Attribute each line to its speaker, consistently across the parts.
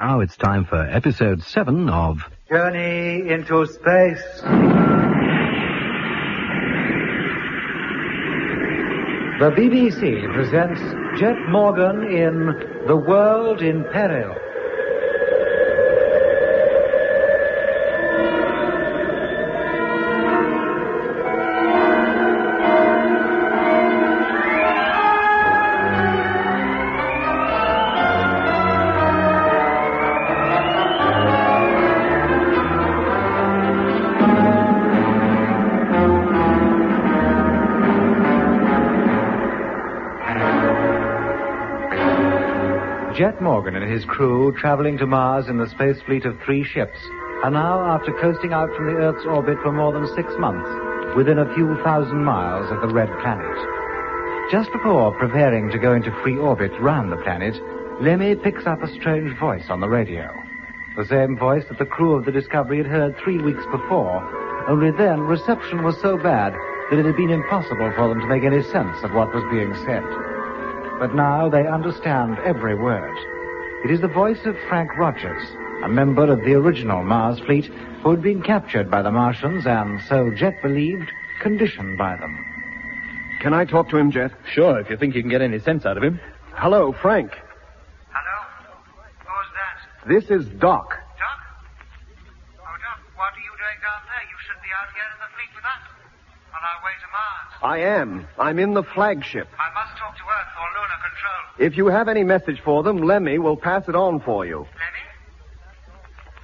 Speaker 1: Now it's time for episode seven of
Speaker 2: Journey into space. The BBC presents Jet Morgan in The World in Peril. Jet Morgan and his crew traveling to Mars in the space fleet of three ships are now, after coasting out from the Earth's orbit for more than six months, within a few thousand miles of the red planet. Just before preparing to go into free orbit round the planet, Lemmy picks up a strange voice on the radio. The same voice that the crew of the Discovery had heard three weeks before, only then reception was so bad that it had been impossible for them to make any sense of what was being said but now they understand every word. It is the voice of Frank Rogers, a member of the original Mars fleet who had been captured by the Martians and, so Jet believed, conditioned by them.
Speaker 3: Can I talk to him, Jet?
Speaker 4: Sure, if you think you can get any sense out of him.
Speaker 3: Hello, Frank.
Speaker 5: Hello? Who's that?
Speaker 3: This is Doc.
Speaker 5: Doc? Oh, Doc, what are you doing down there? You should be out here in the fleet with us. On our way to Mars.
Speaker 3: I am. I'm in the flagship.
Speaker 5: I must talk to Earth or Lunar Control.
Speaker 3: If you have any message for them, Lemmy will pass it on for you.
Speaker 5: Lenny?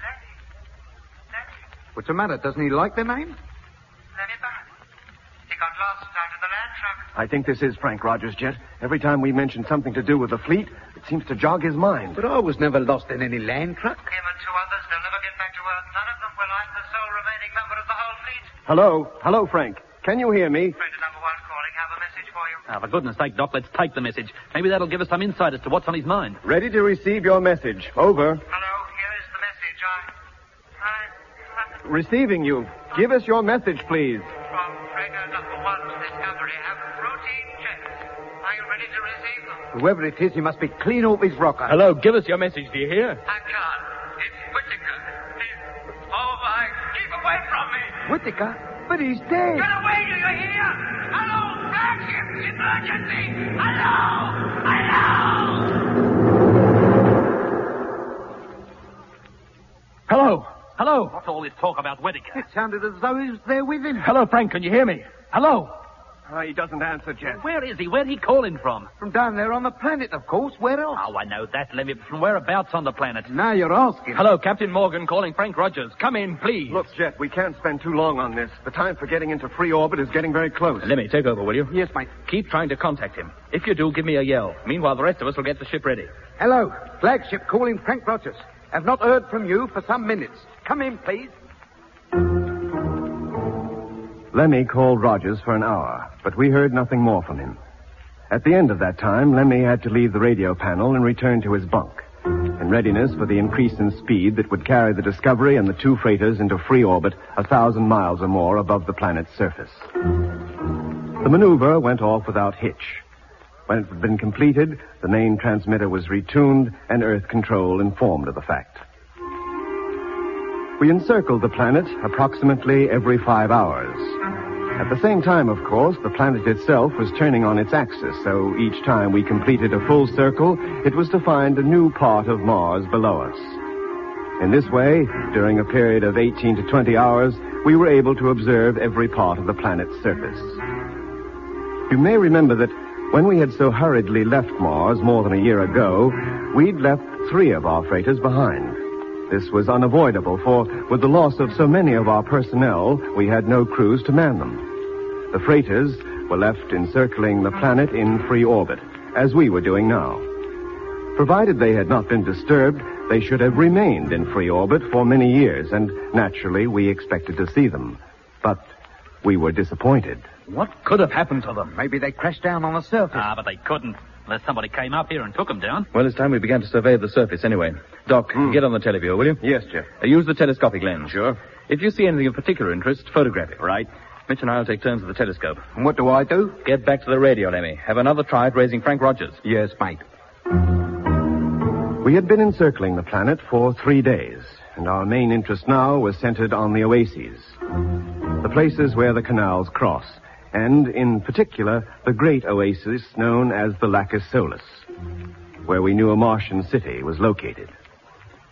Speaker 5: Lenny? Lenny?
Speaker 2: What's the matter? Doesn't he like the name?
Speaker 5: Lenny Barrett. He got lost out of the land truck.
Speaker 3: I think this is Frank Rogers, Jet. Every time we mention something to do with the fleet, it seems to jog his mind.
Speaker 6: But I was never lost in any land truck.
Speaker 5: Him and two others, they'll never get back to Earth. None of them will. I'm the sole remaining member of the whole fleet.
Speaker 3: Hello? Hello, Frank. Can you hear me?
Speaker 5: Operator number one calling. Have a message for you.
Speaker 4: Ah, for goodness sake, Doc, let's take the message. Maybe that'll give us some insight as to what's on his mind.
Speaker 3: Ready to receive your message. Over.
Speaker 5: Hello, here is the message. I... I...
Speaker 3: Receiving you. Give us your message, please.
Speaker 5: From Freighter number one, Discovery, have routine checks. Are you ready to receive them?
Speaker 2: Whoever it is, he must be clean off his rocker.
Speaker 4: Hello, give us your message, do you hear?
Speaker 5: I can't. It's Whittaker. It's... Oh, my... Keep away from me!
Speaker 2: Whittaker? But he's dead.
Speaker 5: Get away, do you hear? Hello, flagship! Emergency! Hello! Hello!
Speaker 4: Hello? Hello? What's all this talk about Whittaker?
Speaker 2: It sounded as though he was there with him.
Speaker 4: Hello, Frank, can you hear me? Hello?
Speaker 3: Ah, he doesn't answer, Jet.
Speaker 4: Where is he? Where'd he calling from?
Speaker 2: From down there on the planet, of course. Where else?
Speaker 4: Oh, I know that, Lemmy, but from whereabouts on the planet?
Speaker 2: Now you're asking.
Speaker 4: Hello, Captain Morgan calling Frank Rogers. Come in, please.
Speaker 3: Look, Jet, we can't spend too long on this. The time for getting into free orbit is getting very close.
Speaker 4: Lemmy, take over, will you?
Speaker 2: Yes, mate.
Speaker 4: Keep trying to contact him. If you do, give me a yell. Meanwhile, the rest of us will get the ship ready.
Speaker 2: Hello. Flagship calling Frank Rogers. Have not heard from you for some minutes. Come in, please.
Speaker 3: Lemmy called Rogers for an hour, but we heard nothing more from him. At the end of that time, Lemmy had to leave the radio panel and return to his bunk, in readiness for the increase in speed that would carry the Discovery and the two freighters into free orbit a thousand miles or more above the planet's surface. The maneuver went off without hitch. When it had been completed, the main transmitter was retuned and Earth Control informed of the fact. We encircled the planet approximately every five hours. At the same time, of course, the planet itself was turning on its axis, so each time we completed a full circle, it was to find a new part of Mars below us. In this way, during a period of 18 to 20 hours, we were able to observe every part of the planet's surface. You may remember that when we had so hurriedly left Mars more than a year ago, we'd left three of our freighters behind. This was unavoidable, for with the loss of so many of our personnel, we had no crews to man them. The freighters were left encircling the planet in free orbit, as we were doing now. Provided they had not been disturbed, they should have remained in free orbit for many years, and naturally we expected to see them. But we were disappointed.
Speaker 4: What could have happened to them?
Speaker 2: Maybe they crashed down on the surface.
Speaker 4: Ah, but they couldn't. Unless somebody came up here and took them down.
Speaker 7: Well, it's time we began to survey the surface anyway. Doc, get on the televiewer, will you?
Speaker 3: Yes, Jeff.
Speaker 7: Uh, Use the telescopic lens.
Speaker 3: Sure.
Speaker 7: If you see anything of particular interest, photograph it. Right. Mitch and I will take turns with the telescope.
Speaker 2: And what do I do?
Speaker 7: Get back to the radio, Lemmy. Have another try at raising Frank Rogers.
Speaker 2: Yes, mate.
Speaker 3: We had been encircling the planet for three days, and our main interest now was centered on the oases, the places where the canals cross, and in particular, the great oasis known as the Lacus Solus, where we knew a Martian city was located.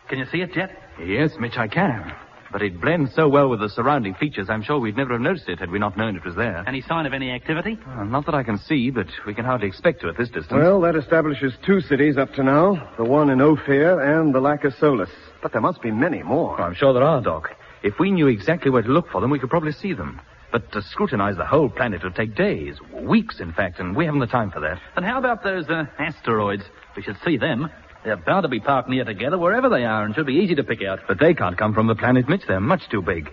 Speaker 7: Can you see it yet? Yes, Mitch, I can. But it blends so well with the surrounding features, I'm sure we'd never have noticed it had we not known it was there.
Speaker 4: Any sign of any activity?
Speaker 7: Uh, not that I can see, but we can hardly expect to at this distance.
Speaker 3: Well, that establishes two cities up to now the one in Ophir and the Lacus Solus. But there must be many more.
Speaker 7: Oh, I'm sure there are, Doc. If we knew exactly where to look for them, we could probably see them. But to scrutinize the whole planet would take days, weeks, in fact, and we haven't the time for that.
Speaker 4: And how about those uh, asteroids? We should see them. They're bound to be parked near together wherever they are and should be easy to pick out.
Speaker 7: But they can't come from the planet, Mitch. They're much too big.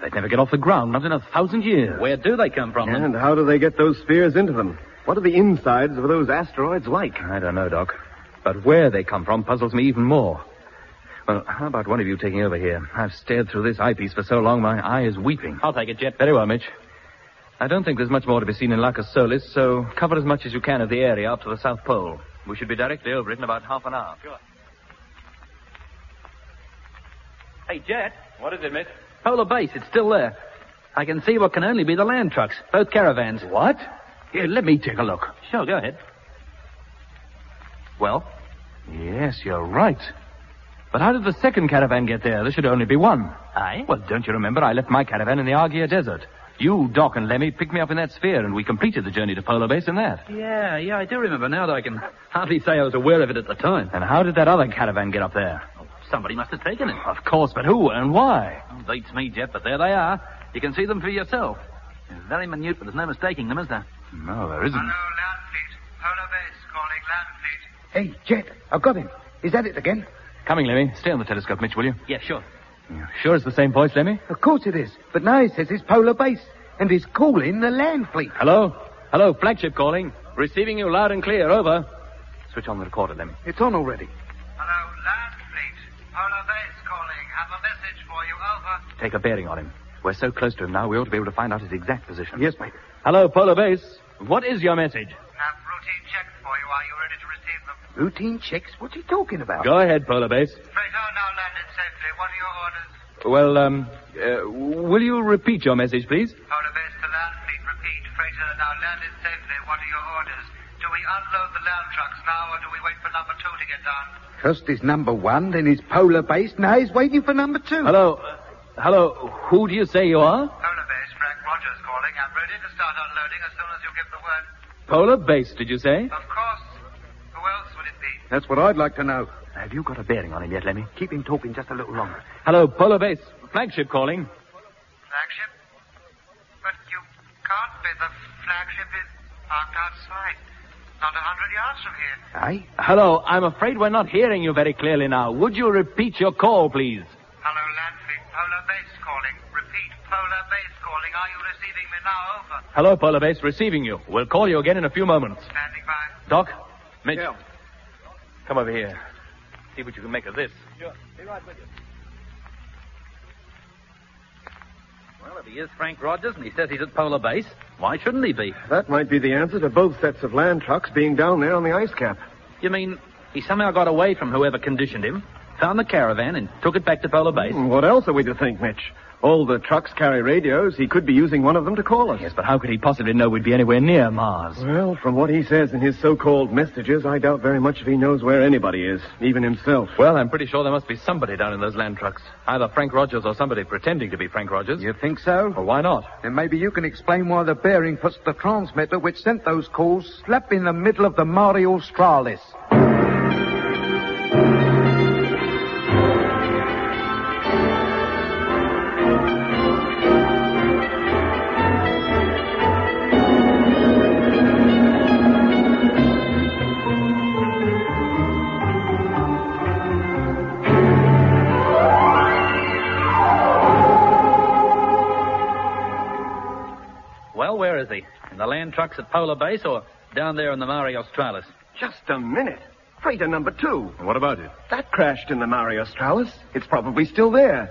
Speaker 7: They'd never get off the ground, not in a thousand years.
Speaker 4: Where do they come from? then?
Speaker 3: And how do they get those spheres into them? What are the insides of those asteroids like?
Speaker 7: I don't know, Doc. But where they come from puzzles me even more. Well, how about one of you taking over here? I've stared through this eyepiece for so long, my eye is weeping.
Speaker 4: I'll take it, Jet.
Speaker 7: Very well, Mitch. I don't think there's much more to be seen in Lacus Solis, so cover as much as you can of the area up to the South Pole. We should be directly over it in about half an hour.
Speaker 4: Hey, Jet.
Speaker 8: What is it, Mitch?
Speaker 4: Polar base, it's still there. I can see what can only be the land trucks, both caravans.
Speaker 7: What? Here, let me take a look.
Speaker 4: Sure, go ahead.
Speaker 7: Well? Yes, you're right. But how did the second caravan get there? There should only be one.
Speaker 4: Aye?
Speaker 7: Well, don't you remember? I left my caravan in the Argia Desert. You, Doc, and Lemmy picked me up in that sphere, and we completed the journey to Polar Base in that.
Speaker 4: Yeah, yeah, I do remember now that I can hardly say I was aware of it at the time.
Speaker 7: And how did that other caravan get up there?
Speaker 4: Somebody must have taken it.
Speaker 7: Of course, but who and why?
Speaker 4: Beats me, Jet, but there they are. You can see them for yourself. They're very minute, but there's no mistaking them, is there?
Speaker 7: No, there isn't.
Speaker 5: Hello, Land Fleet. Polar
Speaker 6: Hey,
Speaker 5: Base calling Land Fleet.
Speaker 6: Jet, I've got him. Is that it again?
Speaker 7: Coming, Lemmy. Stay on the telescope, Mitch, will you?
Speaker 4: Yeah, sure.
Speaker 7: Sure it's the same voice, Lemmy?
Speaker 6: Of course it is. But now he says it's polar base, and he's calling the land fleet.
Speaker 7: Hello? Hello, flagship calling. Receiving you loud and clear. Over. Switch on the recorder, Lemmy.
Speaker 6: It's on already.
Speaker 5: Hello, Land Fleet. Polar Base calling. Have a message for you. Over.
Speaker 7: Take a bearing on him. We're so close to him now, we ought to be able to find out his exact position.
Speaker 6: Yes, mate.
Speaker 7: Hello, Polar Base. What is your message?
Speaker 5: Have routine checks for you. Are you ready to receive them?
Speaker 6: Routine checks? What's he talking about?
Speaker 7: Go ahead, Polar Base.
Speaker 5: Straight on now, landed safely. What are your orders?
Speaker 7: Well, um, uh, will you repeat your message, please?
Speaker 5: Polar base to land fleet, repeat. Freighter now landed safely. What are your orders? Do we unload the land trucks now, or do we wait for number two to get down?
Speaker 6: First he's number one, then he's polar base. Now he's waiting for number two.
Speaker 7: Hello? uh, hello, who do you say you are?
Speaker 5: Polar base, Frank Rogers calling. I'm ready to start unloading as soon as you give the word.
Speaker 7: Polar Base, did you say?
Speaker 5: Of course. Who else would it be?
Speaker 6: That's what I'd like to know.
Speaker 7: Have you got a bearing on him yet, Lemmy?
Speaker 6: Keep him talking just a little longer.
Speaker 7: Hello, Polar Base. Flagship calling.
Speaker 5: Flagship? But you can't be. The flagship is parked outside. Not a hundred yards from here.
Speaker 6: Aye?
Speaker 7: Hello, I'm afraid we're not hearing you very clearly now. Would you repeat your call, please?
Speaker 5: Hello, Landfleet. Polar base calling. Repeat, polar base calling. Are you receiving me now? Over.
Speaker 7: Hello, Polar Base, receiving you. We'll call you again in a few moments.
Speaker 5: Standing by.
Speaker 7: Doc, Mitch, come over here. See what you can make of this.
Speaker 4: Well, if he is Frank Rogers and he says he's at Polar Base, why shouldn't he be?
Speaker 3: That might be the answer to both sets of land trucks being down there on the ice cap.
Speaker 4: You mean he somehow got away from whoever conditioned him, found the caravan, and took it back to Polar Base?
Speaker 3: And what else are we to think, Mitch? All the trucks carry radios. He could be using one of them to call us.
Speaker 7: Yes, but how could he possibly know we'd be anywhere near Mars?
Speaker 3: Well, from what he says in his so-called messages, I doubt very much if he knows where anybody is, even himself.
Speaker 7: Well, I'm pretty sure there must be somebody down in those land trucks. Either Frank Rogers or somebody pretending to be Frank Rogers.
Speaker 6: You think so?
Speaker 7: Well, why not?
Speaker 6: Then maybe you can explain why the bearing puts the transmitter which sent those calls slap in the middle of the Mare Australis.
Speaker 4: Well, where is he? In the land trucks at Polar Base or down there in the Mare Australis?
Speaker 3: Just a minute. Freighter number two.
Speaker 7: What about it?
Speaker 3: That crashed in the Mare Australis. It's probably still there.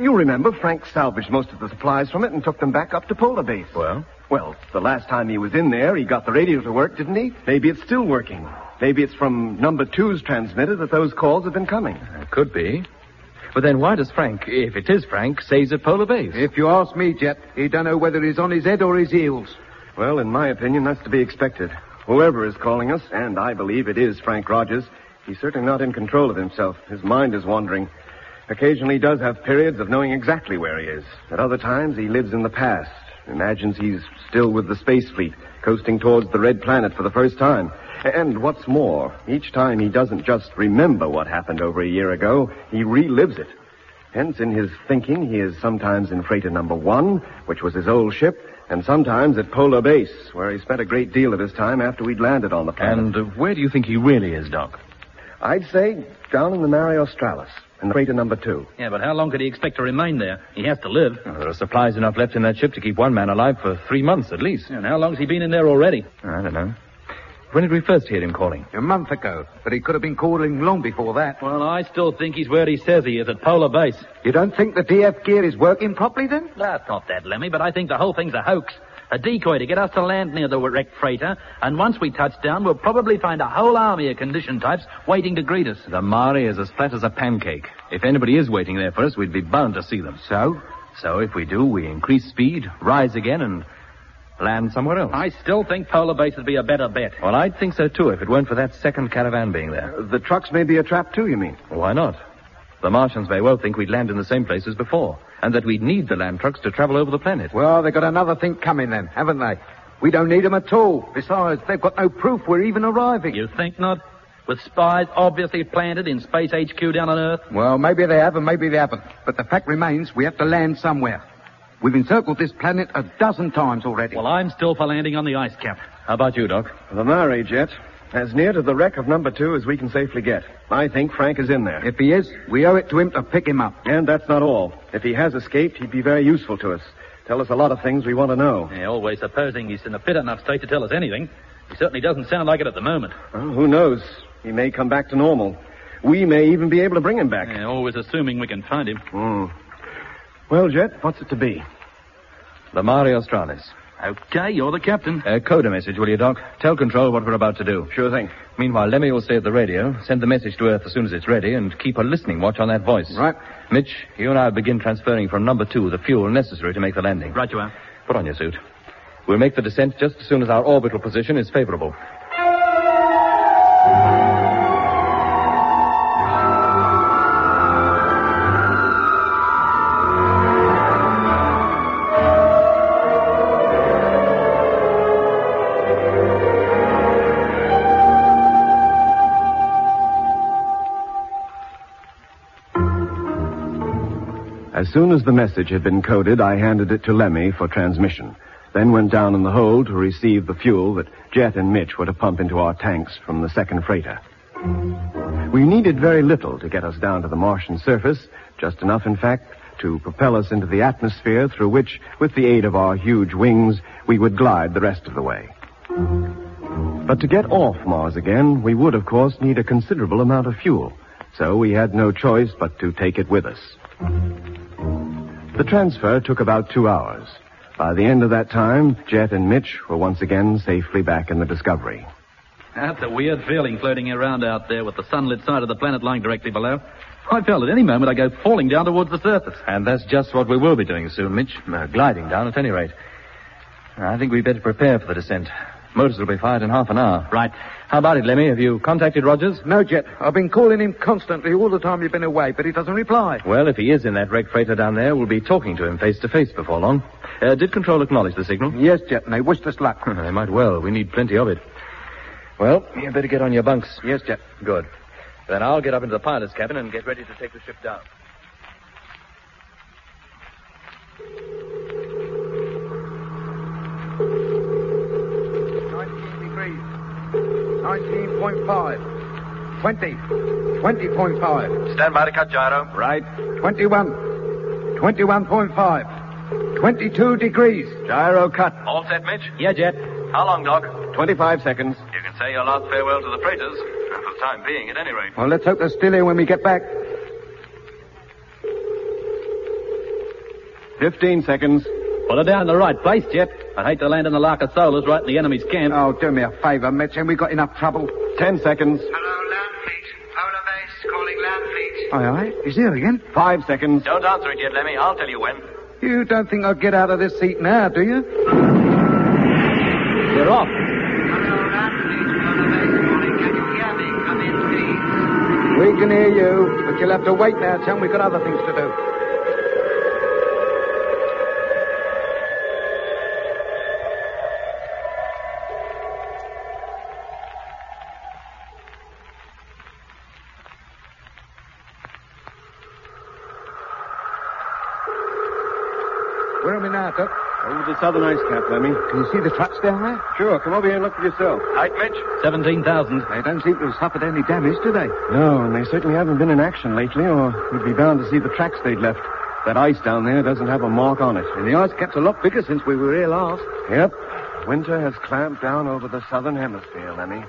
Speaker 3: You remember Frank salvaged most of the supplies from it and took them back up to Polar Base.
Speaker 7: Well?
Speaker 3: Well, the last time he was in there, he got the radio to work, didn't he? Maybe it's still working. Maybe it's from number two's transmitter that those calls have been coming.
Speaker 7: It could be. But then why does Frank, if it is Frank, say he's at Polar Base?
Speaker 6: If you ask me, Jet, he don't know whether he's on his head or his heels.
Speaker 3: Well, in my opinion, that's to be expected. Whoever is calling us, and I believe it is Frank Rogers, he's certainly not in control of himself. His mind is wandering. Occasionally he does have periods of knowing exactly where he is. At other times he lives in the past, imagines he's still with the space fleet, coasting towards the red planet for the first time. And what's more, each time he doesn't just remember what happened over a year ago, he relives it. Hence, in his thinking, he is sometimes in freighter number one, which was his old ship, and sometimes at Polar Base, where he spent a great deal of his time after we'd landed on the planet.
Speaker 7: And uh, where do you think he really is, Doc?
Speaker 3: I'd say down in the Mare Australis, in freighter number two.
Speaker 4: Yeah, but how long could he expect to remain there? He has to live.
Speaker 7: Well, there are supplies enough left in that ship to keep one man alive for three months at least.
Speaker 4: And how long's he been in there already?
Speaker 7: I don't know. When did we first hear him calling?
Speaker 6: A month ago, but he could have been calling long before that.
Speaker 4: Well, I still think he's where he says he is at Polar Base.
Speaker 6: You don't think the DF gear is working properly then?
Speaker 4: That's not that, Lemmy, but I think the whole thing's a hoax. A decoy to get us to land near the wrecked freighter, and once we touch down, we'll probably find a whole army of condition types waiting to greet us.
Speaker 7: The Mari is as flat as a pancake. If anybody is waiting there for us, we'd be bound to see them.
Speaker 6: So?
Speaker 7: So if we do, we increase speed, rise again, and land somewhere else.
Speaker 4: I still think Polar Base would be a better bet.
Speaker 7: Well, I'd think so too if it weren't for that second caravan being there.
Speaker 3: The trucks may be a trap, too, you mean?
Speaker 7: Why not? The Martians may well think we'd land in the same place as before, and that we'd need the land trucks to travel over the planet.
Speaker 6: Well, they've got another thing coming then, haven't they? We don't need 'em at all. Besides, they've got no proof we're even arriving.
Speaker 4: You think not? With spies obviously planted in Space HQ down on Earth?
Speaker 6: Well, maybe they have and maybe they haven't. But the fact remains we have to land somewhere. We've encircled this planet a dozen times already.
Speaker 4: Well, I'm still for landing on the ice cap.
Speaker 7: How about you, Doc?
Speaker 3: The Mare jet. As near to the wreck of number two as we can safely get. I think Frank is in there.
Speaker 6: If he is, we owe it to him to pick him up.
Speaker 3: And that's not all. If he has escaped, he'd be very useful to us. Tell us a lot of things we want to know.
Speaker 4: Yeah, always supposing he's in a fit enough state to tell us anything. He certainly doesn't sound like it at the moment.
Speaker 3: Well, who knows? He may come back to normal. We may even be able to bring him back.
Speaker 4: Yeah, always assuming we can find him.
Speaker 3: Hmm. Well, Jet, what's it to be?
Speaker 7: The Mari Australis.
Speaker 4: Okay, you're the captain.
Speaker 7: Uh, code a message, will you, Doc? Tell Control what we're about to do.
Speaker 3: Sure thing.
Speaker 7: Meanwhile, Lemmy will stay at the radio, send the message to Earth as soon as it's ready, and keep a listening watch on that voice.
Speaker 6: Right.
Speaker 7: Mitch, you and I will begin transferring from number two the fuel necessary to make the landing.
Speaker 4: Right you are.
Speaker 7: Put on your suit. We'll make the descent just as soon as our orbital position is favorable.
Speaker 3: As soon as the message had been coded, I handed it to Lemmy for transmission. Then went down in the hold to receive the fuel that Jet and Mitch were to pump into our tanks from the second freighter. We needed very little to get us down to the Martian surface, just enough, in fact, to propel us into the atmosphere through which, with the aid of our huge wings, we would glide the rest of the way. But to get off Mars again, we would, of course, need a considerable amount of fuel, so we had no choice but to take it with us. The transfer took about two hours. By the end of that time, Jet and Mitch were once again safely back in the Discovery.
Speaker 4: That's a weird feeling floating around out there with the sunlit side of the planet lying directly below. I felt at any moment I go falling down towards the surface.
Speaker 7: And that's just what we will be doing soon, Mitch. Uh, gliding down at any rate. I think we'd better prepare for the descent. Motors will be fired in half an hour.
Speaker 4: Right.
Speaker 7: How about it, Lemmy? Have you contacted Rogers?
Speaker 6: No, Jet. I've been calling him constantly all the time you've been away, but he doesn't reply.
Speaker 7: Well, if he is in that wrecked freighter down there, we'll be talking to him face to face before long. Uh, did Control acknowledge the signal?
Speaker 6: Yes, Jet, and they wished us luck.
Speaker 7: they might well. We need plenty of it. Well, you better get on your bunks.
Speaker 6: Yes, Jet.
Speaker 7: Good. Then I'll get up into the pilot's cabin and get ready to take the ship down.
Speaker 6: Nineteen degrees. Nineteen point five. Twenty. Twenty point five.
Speaker 7: Stand by to cut gyro.
Speaker 6: Right. Twenty-one. Twenty-one point five. Twenty-two degrees.
Speaker 3: Gyro cut.
Speaker 7: All set, Mitch?
Speaker 4: Yeah, Jet.
Speaker 7: How long, Doc?
Speaker 3: 25 seconds.
Speaker 7: You can say your last farewell to the freighters. For the time being, at any rate.
Speaker 6: Well, let's hope they're still here when we get back.
Speaker 3: 15 seconds.
Speaker 7: Put her down in the right place, Jep. I'd hate to land in the Lark of Solars right in the enemy's camp.
Speaker 6: Oh, do me a favor, Mitch, and we got enough trouble.
Speaker 3: Ten seconds.
Speaker 5: Hello, Land Fleet. Polar Base calling Land Fleet.
Speaker 6: Aye, aye. He's here again.
Speaker 3: Five seconds.
Speaker 7: Don't answer it yet, Lemmy. I'll tell you when.
Speaker 6: You don't think I'll get out of this seat now, do you?
Speaker 7: We're off.
Speaker 5: Hello, Land Fleet. Polar Base calling. Can you hear me? Come in, please.
Speaker 6: We can hear you, but you'll have to wait now, chum. We've got other things to do. Where are we now, Doc?
Speaker 3: Over the southern ice cap, Lemmy.
Speaker 6: Can you see the trucks down there?
Speaker 3: Sure, come over here and look for yourself.
Speaker 8: Height, Mitch?
Speaker 7: 17,000.
Speaker 6: They don't seem to have suffered any damage, do they?
Speaker 3: No, and they certainly haven't been in action lately, or we'd be bound to see the tracks they'd left. That ice down there doesn't have a mark on it.
Speaker 6: And the ice cap's a lot bigger since we were here last.
Speaker 3: Yep. Winter has clamped down over the southern hemisphere, Lemmy.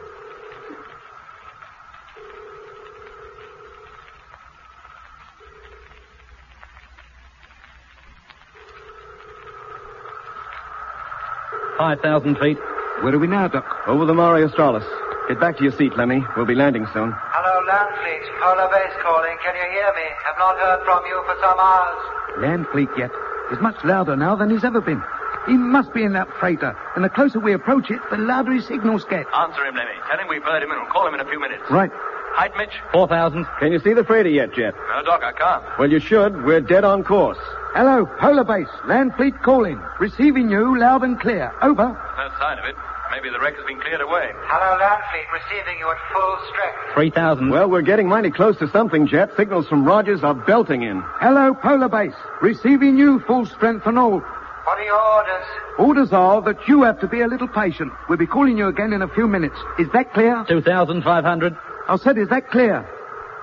Speaker 7: Five thousand feet.
Speaker 6: Where are we now, Doc?
Speaker 3: Over the Mare Australis. Get back to your seat, Lemmy. We'll be landing soon.
Speaker 5: Hello, Land Fleet. Polar Base calling. Can you hear me? Have not heard from you for some hours.
Speaker 6: Land fleet yet. He's much louder now than he's ever been. He must be in that freighter, and the closer we approach it, the louder his signals get.
Speaker 8: Answer him, Lemmy. Tell him we've heard him and we'll call him in a few minutes.
Speaker 6: Right.
Speaker 8: Height, Mitch?
Speaker 7: Four thousand.
Speaker 3: Can you see the freighter yet, Jet?
Speaker 8: No, Doc, I can't.
Speaker 3: Well, you should. We're dead on course.
Speaker 6: Hello, Polar Base. Land fleet calling. Receiving you loud and clear. Over.
Speaker 8: No sign of it. Maybe the wreck has been cleared away.
Speaker 5: Hello, Land Fleet. Receiving you at full strength.
Speaker 7: Three thousand.
Speaker 3: Well, we're getting mighty close to something, Jet. Signals from Rogers are belting in.
Speaker 6: Hello, Polar Base. Receiving you full strength and all.
Speaker 5: What are your orders?
Speaker 6: Orders are that you have to be a little patient. We'll be calling you again in a few minutes. Is that clear?
Speaker 7: Two thousand five hundred.
Speaker 6: I said, is that clear?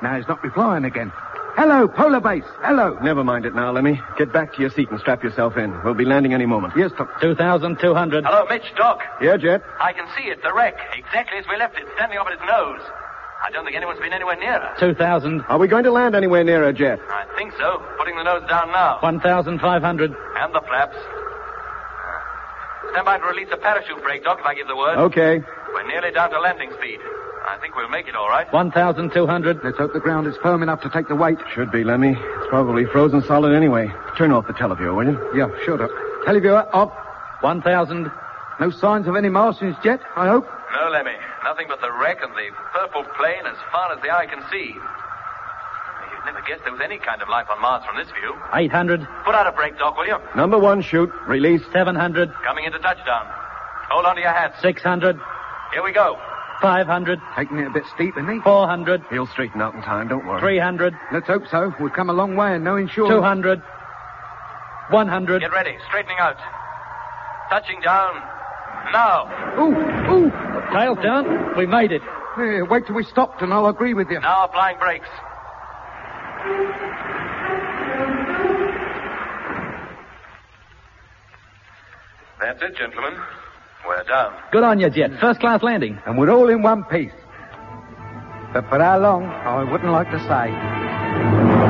Speaker 6: Now he's not replying again. Hello, Polar Base. Hello.
Speaker 3: Never mind it now, Lemmy. Get back to your seat and strap yourself in. We'll be landing any moment.
Speaker 6: Yes, Doc.
Speaker 7: Two thousand two hundred.
Speaker 8: Hello, Mitch, Doc.
Speaker 3: Yeah, Jet.
Speaker 8: I can see it, the wreck, exactly as we left it, standing off at its nose. I don't think anyone's been anywhere near her.
Speaker 7: Two thousand.
Speaker 3: Are we going to land anywhere near her, Jet?
Speaker 8: I think so. Putting the nose down now.
Speaker 7: One thousand five hundred.
Speaker 8: And the flaps. Stand by to release the parachute brake, Doc, if I give the word.
Speaker 3: Okay.
Speaker 8: We're nearly down to landing speed. I think we'll make it all right.
Speaker 7: One thousand two hundred.
Speaker 6: Let's hope the ground is firm enough to take the weight.
Speaker 3: Should be, Lemmy. It's probably frozen solid anyway. Turn off the televiewer, will you?
Speaker 6: Yeah, sure, Doc. Televiewer up.
Speaker 7: One thousand.
Speaker 6: No signs of any Martians yet, I hope.
Speaker 8: No, Lemmy. Nothing but the wreck and the purple plane as far as the eye can see. You'd never guess there was any kind of life on Mars from this view.
Speaker 7: Eight hundred.
Speaker 8: Put out a brake, Doc, will you?
Speaker 3: Number one, shoot. Release.
Speaker 7: Seven hundred.
Speaker 8: Coming into touchdown. Hold on to your hats.
Speaker 7: Six hundred.
Speaker 8: Here we go.
Speaker 7: Five hundred.
Speaker 6: Taking it a bit steep, isn't he?
Speaker 7: Four hundred.
Speaker 3: He'll straighten out in time, don't worry.
Speaker 7: Three hundred.
Speaker 6: Let's hope so. We've come a long way and no insurance.
Speaker 7: Two hundred. One hundred.
Speaker 8: Get ready. Straightening out. Touching down. Now.
Speaker 6: Ooh, ooh.
Speaker 7: Tails down. We made it.
Speaker 6: Hey, wait till we stopped and I'll agree with you.
Speaker 8: Now applying brakes. That's it, gentlemen. We're down.
Speaker 7: Good on you, Jet. First class landing.
Speaker 6: And we're all in one piece. But for how long, I wouldn't like to say.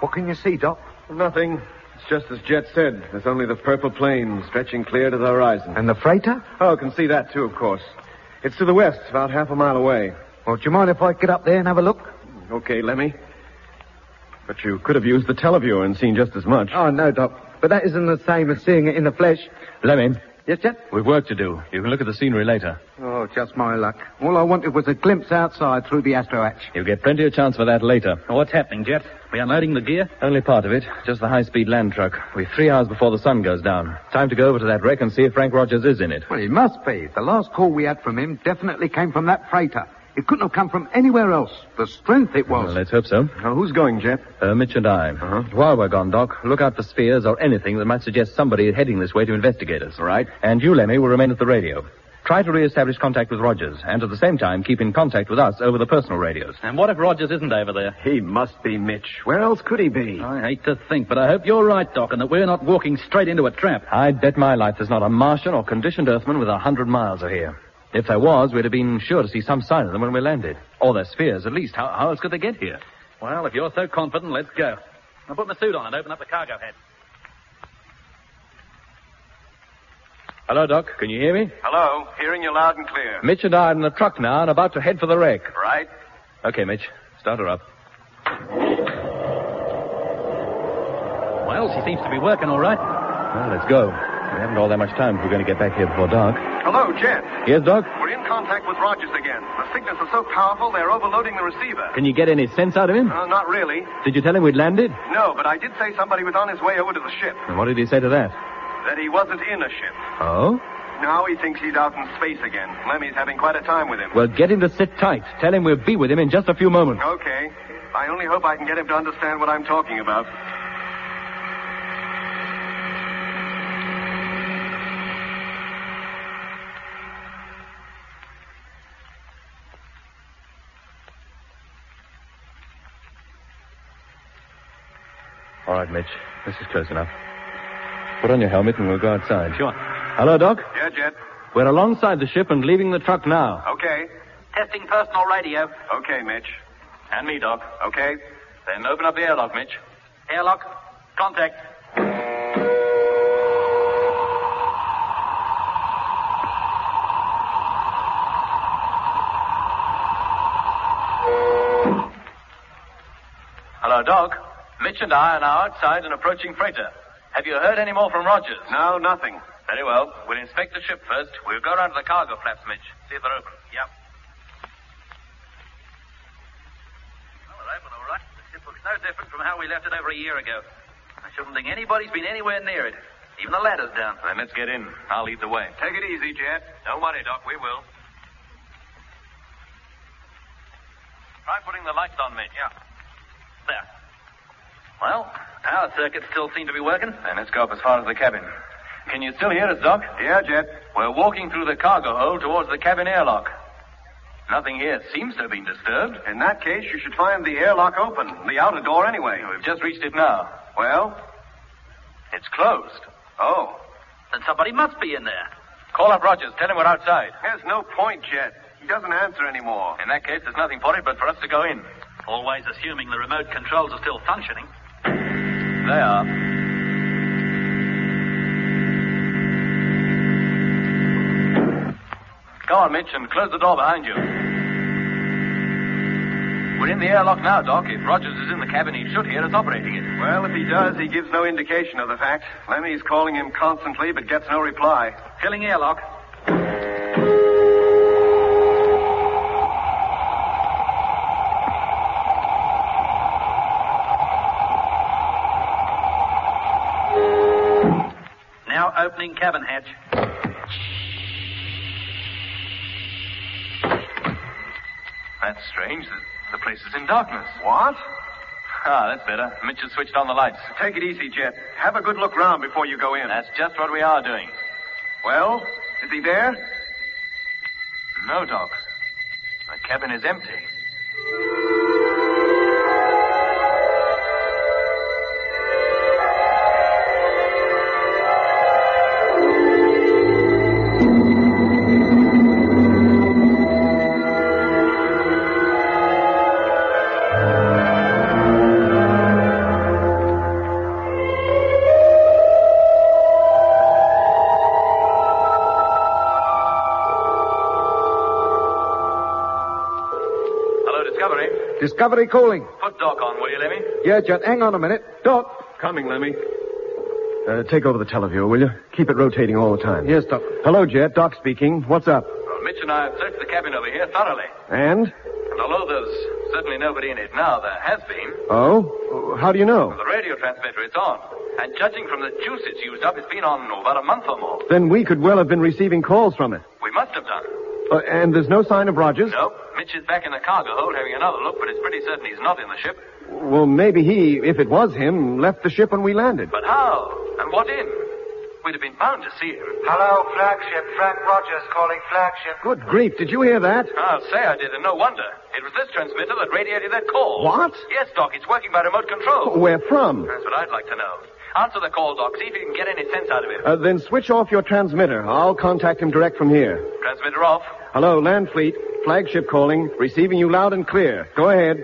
Speaker 6: What can you see, Doc?
Speaker 3: Nothing. It's just as Jet said. There's only the purple plane stretching clear to the horizon.
Speaker 6: And the freighter?
Speaker 3: Oh, can see that too, of course. It's to the west, about half a mile away.
Speaker 6: Well, do you mind if I get up there and have a look?
Speaker 3: Okay, Lemmy. But you could have used the televiewer and seen just as much.
Speaker 6: Oh, no, Doc. But that isn't the same as seeing it in the flesh.
Speaker 8: Lemmy,
Speaker 6: Yes, Jet?
Speaker 8: we've work to do. You can look at the scenery later.
Speaker 6: Oh, just my luck. All I wanted was a glimpse outside through the astro hatch.
Speaker 8: You'll get plenty of chance for that later.
Speaker 7: What's happening, Jet? We unloading the gear?
Speaker 8: Only part of it, just the high-speed land truck. We're three hours before the sun goes down. Time to go over to that wreck and see if Frank Rogers is in it.
Speaker 6: Well, he must be. The last call we had from him definitely came from that freighter. It couldn't have come from anywhere else. The strength it was.
Speaker 8: Well, let's hope so.
Speaker 3: Now, who's going, Jet?
Speaker 8: Uh, Mitch and I.
Speaker 4: Uh-huh.
Speaker 8: While we're gone, Doc, look out for spheres or anything that might suggest somebody heading this way to investigate us. Right. And you, Lemmy, will remain at the radio.
Speaker 7: Try to re-establish contact with Rogers, and at the same time keep in contact with us over the personal radios.
Speaker 4: And what if Rogers isn't over there?
Speaker 3: He must be Mitch. Where else could he be?
Speaker 4: I hate to think, but I hope you're right, Doc, and that we're not walking straight into a trap.
Speaker 7: I'd bet my life there's not a Martian or conditioned Earthman within a hundred miles of here. If there was, we'd have been sure to see some sign of them when we landed. Or their spheres, at least. How, how else could they get here?
Speaker 4: Well, if you're so confident, let's go. I'll put my suit on and open up the cargo head.
Speaker 7: Hello, Doc. Can you hear me?
Speaker 8: Hello, hearing you loud and clear.
Speaker 7: Mitch and I are in the truck now and about to head for the wreck.
Speaker 8: Right?
Speaker 7: Okay, Mitch. Start her up.
Speaker 4: Well, she seems to be working all right.
Speaker 7: Well, let's go. We haven't all that much time if we're going to get back here before dark.
Speaker 8: Hello, Jet.
Speaker 7: Yes, Doc?
Speaker 8: We're in contact with Rogers again. The signals are so powerful, they're overloading the receiver.
Speaker 7: Can you get any sense out of him?
Speaker 8: Uh, not really.
Speaker 7: Did you tell him we'd landed?
Speaker 8: No, but I did say somebody was on his way over to the ship.
Speaker 7: And what did he say to that?
Speaker 8: That he wasn't in a ship.
Speaker 7: Oh?
Speaker 8: Now he thinks he's out in space again. Lemmy's having quite a time with him.
Speaker 7: Well, get him to sit tight. Tell him we'll be with him in just a few moments.
Speaker 8: Okay. I only hope I can get him to understand what I'm talking about.
Speaker 7: All right, Mitch. This is close enough. Put on your helmet and we'll go outside.
Speaker 4: Sure.
Speaker 7: Hello, Doc?
Speaker 8: Yeah, Jet.
Speaker 7: We're alongside the ship and leaving the truck now.
Speaker 8: Okay.
Speaker 4: Testing personal radio.
Speaker 8: Okay, Mitch.
Speaker 4: And me, Doc.
Speaker 8: Okay.
Speaker 4: Then open up the airlock, Mitch. Airlock. Contact.
Speaker 8: Hello, Doc. Mitch and I are now outside an approaching freighter. Have you heard any more from Rogers? No, nothing. Very well. We'll inspect the ship first. We'll go round to the cargo flaps, Mitch. See if they're open. Yep.
Speaker 4: Well, they're open, all right. The ship looks no different from how we left it over a year ago. I shouldn't think anybody's been anywhere near it. Even the ladder's down.
Speaker 8: Then let's get in. I'll lead the way. Take it easy, Jet. Don't worry, Doc. We will. Try putting the lights on, Mitch. Yeah.
Speaker 4: There. Well, power circuits still seem to be working.
Speaker 8: Then let's go up as far as the cabin. Can you still hear us, Doc? Yeah, Jet. We're walking through the cargo hold towards the cabin airlock. Nothing here seems to have been disturbed. In that case, you should find the airlock open. The outer door, anyway. We've just reached it now. Well? It's closed. Oh.
Speaker 4: Then somebody must be in there.
Speaker 8: Call up Rogers. Tell him we're outside. There's no point, Jet. He doesn't answer anymore. In that case, there's nothing for it but for us to go in.
Speaker 4: Always assuming the remote controls are still functioning.
Speaker 8: They are. Go on, Mitch, and close the door behind you. We're in the airlock now, Doc. If Rogers is in the cabin, he should hear us operating it. Well, if he does, he gives no indication of the fact. Lemmy's calling him constantly, but gets no reply.
Speaker 4: Filling airlock. Now opening cabin hatch.
Speaker 8: That's strange. The, the place is in darkness. What? Ah, that's better. Mitch has switched on the lights. Take it easy, Jet. Have a good look round before you go in. That's just what we are doing. Well, is he there? No, Doc. The cabin is empty. Hello, Discovery.
Speaker 6: Discovery calling.
Speaker 8: Put Doc on, will you, Lemmy?
Speaker 6: Yeah, Jet, hang on a minute. Doc.
Speaker 8: Coming, Lemmy.
Speaker 3: Uh, take over the televiewer, will you? Keep it rotating all the time.
Speaker 6: Yes, Doc.
Speaker 3: Hello, Jet. Doc speaking. What's up?
Speaker 8: Well, Mitch and I have searched the cabin over here thoroughly.
Speaker 3: And?
Speaker 8: And although there's certainly nobody in it now, there has been.
Speaker 3: Oh? How do you know?
Speaker 8: The radio transmitter, it's on. And judging from the juice it's used up, it's been on about a month or more.
Speaker 3: Then we could well have been receiving calls from it.
Speaker 8: We must have done.
Speaker 3: Uh, and there's no sign of Rogers?
Speaker 8: Nope. Mitch is back in the cargo hold having another look, but it's pretty certain he's not in the ship.
Speaker 3: Well, maybe he, if it was him, left the ship when we landed.
Speaker 8: But how? And what in? We'd have been bound to see him.
Speaker 5: Hello, flagship. Frank Rogers calling flagship.
Speaker 3: Good grief, did you hear that?
Speaker 8: I'll say I did, and no wonder. It was this transmitter that radiated that call.
Speaker 3: What?
Speaker 8: Yes, Doc, it's working by remote control.
Speaker 3: Where from?
Speaker 8: That's what I'd like to know. Answer the call, Doc. See if you can get any sense out of him.
Speaker 3: Uh, then switch off your transmitter. I'll contact him direct from here.
Speaker 8: Transmitter off.
Speaker 3: Hello, Land Fleet. Flagship calling. Receiving you loud and clear. Go ahead.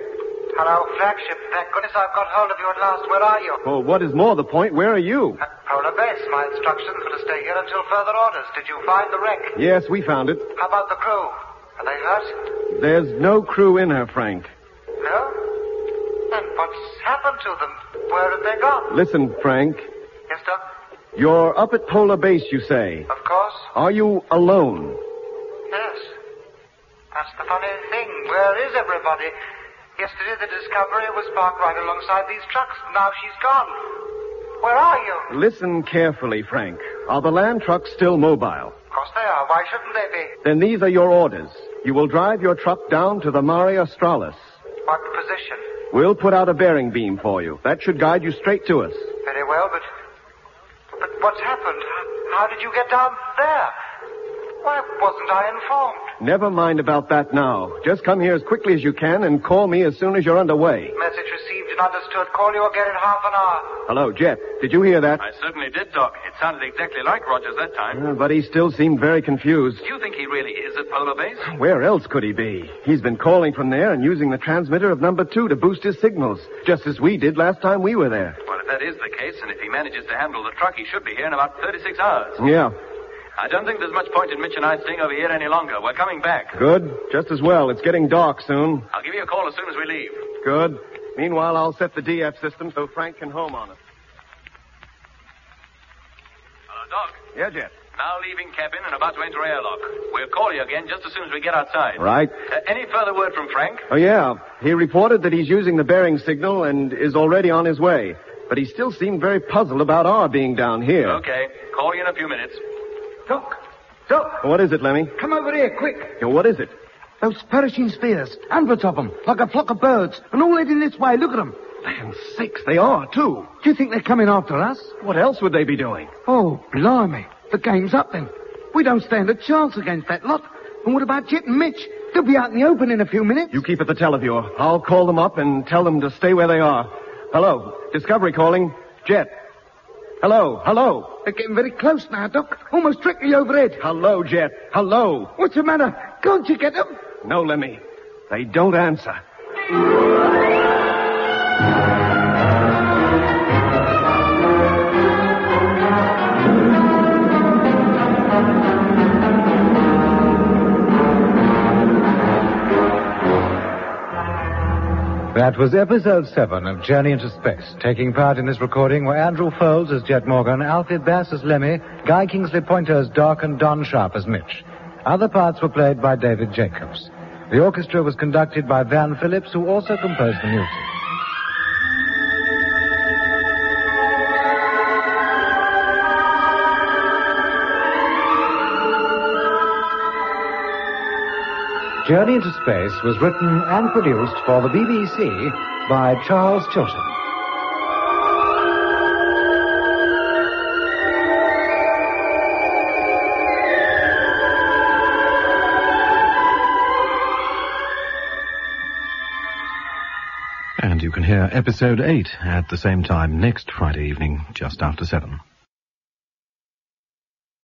Speaker 5: Hello, flagship. Thank goodness I've got hold of you at last. Where are you?
Speaker 3: Well, what is more the point, where are you?
Speaker 5: At Polar Base. My instructions were to stay here until further orders. Did you find the wreck?
Speaker 3: Yes, we found it.
Speaker 5: How about the crew? Are they hurt?
Speaker 3: There's no crew in her, Frank.
Speaker 5: No? Then what's happened to them? Where have they gone?
Speaker 3: Listen, Frank.
Speaker 5: Yes, Doc?
Speaker 3: You're up at Polar Base, you say.
Speaker 5: Of course.
Speaker 3: Are you alone?
Speaker 5: Yes. That's the funny thing. Where is everybody? Yesterday the Discovery was parked right alongside these trucks. Now she's gone. Where are you?
Speaker 3: Listen carefully, Frank. Are the land trucks still mobile?
Speaker 5: Of course they are. Why shouldn't they be?
Speaker 3: Then these are your orders. You will drive your truck down to the Mare Australis.
Speaker 5: What position?
Speaker 3: We'll put out a bearing beam for you. That should guide you straight to us.
Speaker 5: Very well, but but what's happened? How- How did you get down there? Why wasn't I informed?
Speaker 3: Never mind about that now. Just come here as quickly as you can and call me as soon as you're underway.
Speaker 5: Message received and understood. Call you again in half an hour.
Speaker 3: Hello, Jet. Did you hear that?
Speaker 8: I certainly did, Doc. It sounded exactly like Rogers that time.
Speaker 3: Uh, but he still seemed very confused.
Speaker 8: Do you think he really is at Polar Base?
Speaker 3: Where else could he be? He's been calling from there and using the transmitter of number two to boost his signals, just as we did last time we were there.
Speaker 8: Well, if that is the case, and if he manages to handle the truck, he should be here in about 36 hours.
Speaker 3: Yeah,
Speaker 8: I don't think there's much point in Mitch and I staying over here any longer. We're coming back.
Speaker 3: good. Just as well. It's getting dark soon.
Speaker 8: I'll give you a call as soon as we leave.
Speaker 3: Good. Meanwhile, I'll set the DF system so Frank can home on us.
Speaker 8: Hello, Doc.
Speaker 3: Yeah, Jet.
Speaker 8: Now leaving cabin and about to enter airlock. We'll call you again just as soon as we get outside.
Speaker 3: Right.
Speaker 8: Uh, any further word from Frank?
Speaker 3: Oh, yeah. He reported that he's using the bearing signal and is already on his way. But he still seemed very puzzled about our being down here.
Speaker 8: Okay. Call you in a few minutes.
Speaker 6: Doc, Doc,
Speaker 3: What is it, Lemmy?
Speaker 6: come over here, quick.
Speaker 3: Yeah, What is it?
Speaker 6: Those perishing spheres, hundreds of them, like a flock of birds, and all heading this way. Look at them.
Speaker 3: Damn sakes, they are, too.
Speaker 6: Do you think they're coming after us?
Speaker 3: What else would they be doing?
Speaker 6: Oh, blimey. The game's up then. We don't stand a chance against that lot. And what about Jet and Mitch? They'll be out in the open in a few minutes.
Speaker 3: You keep at the televiewer. I'll call them up and tell them to stay where they are. Hello, Discovery calling. Jet. Hello, hello.
Speaker 6: They're getting very close now, Doc. Almost strictly overhead.
Speaker 3: Hello, Jet. Hello.
Speaker 6: What's the matter? Can't you get them?
Speaker 3: No, Lemmy. They don't answer.
Speaker 2: That was episode seven of Journey into Space. Taking part in this recording were Andrew Foles as Jet Morgan, Alfred Bass as Lemmy, Guy Kingsley Pointer as Doc, and Don Sharp as Mitch. Other parts were played by David Jacobs. The orchestra was conducted by Van Phillips, who also composed the music. Journey into Space was written and produced for the BBC by Charles Chilton.
Speaker 1: And you can hear episode 8 at the same time next Friday evening, just after 7.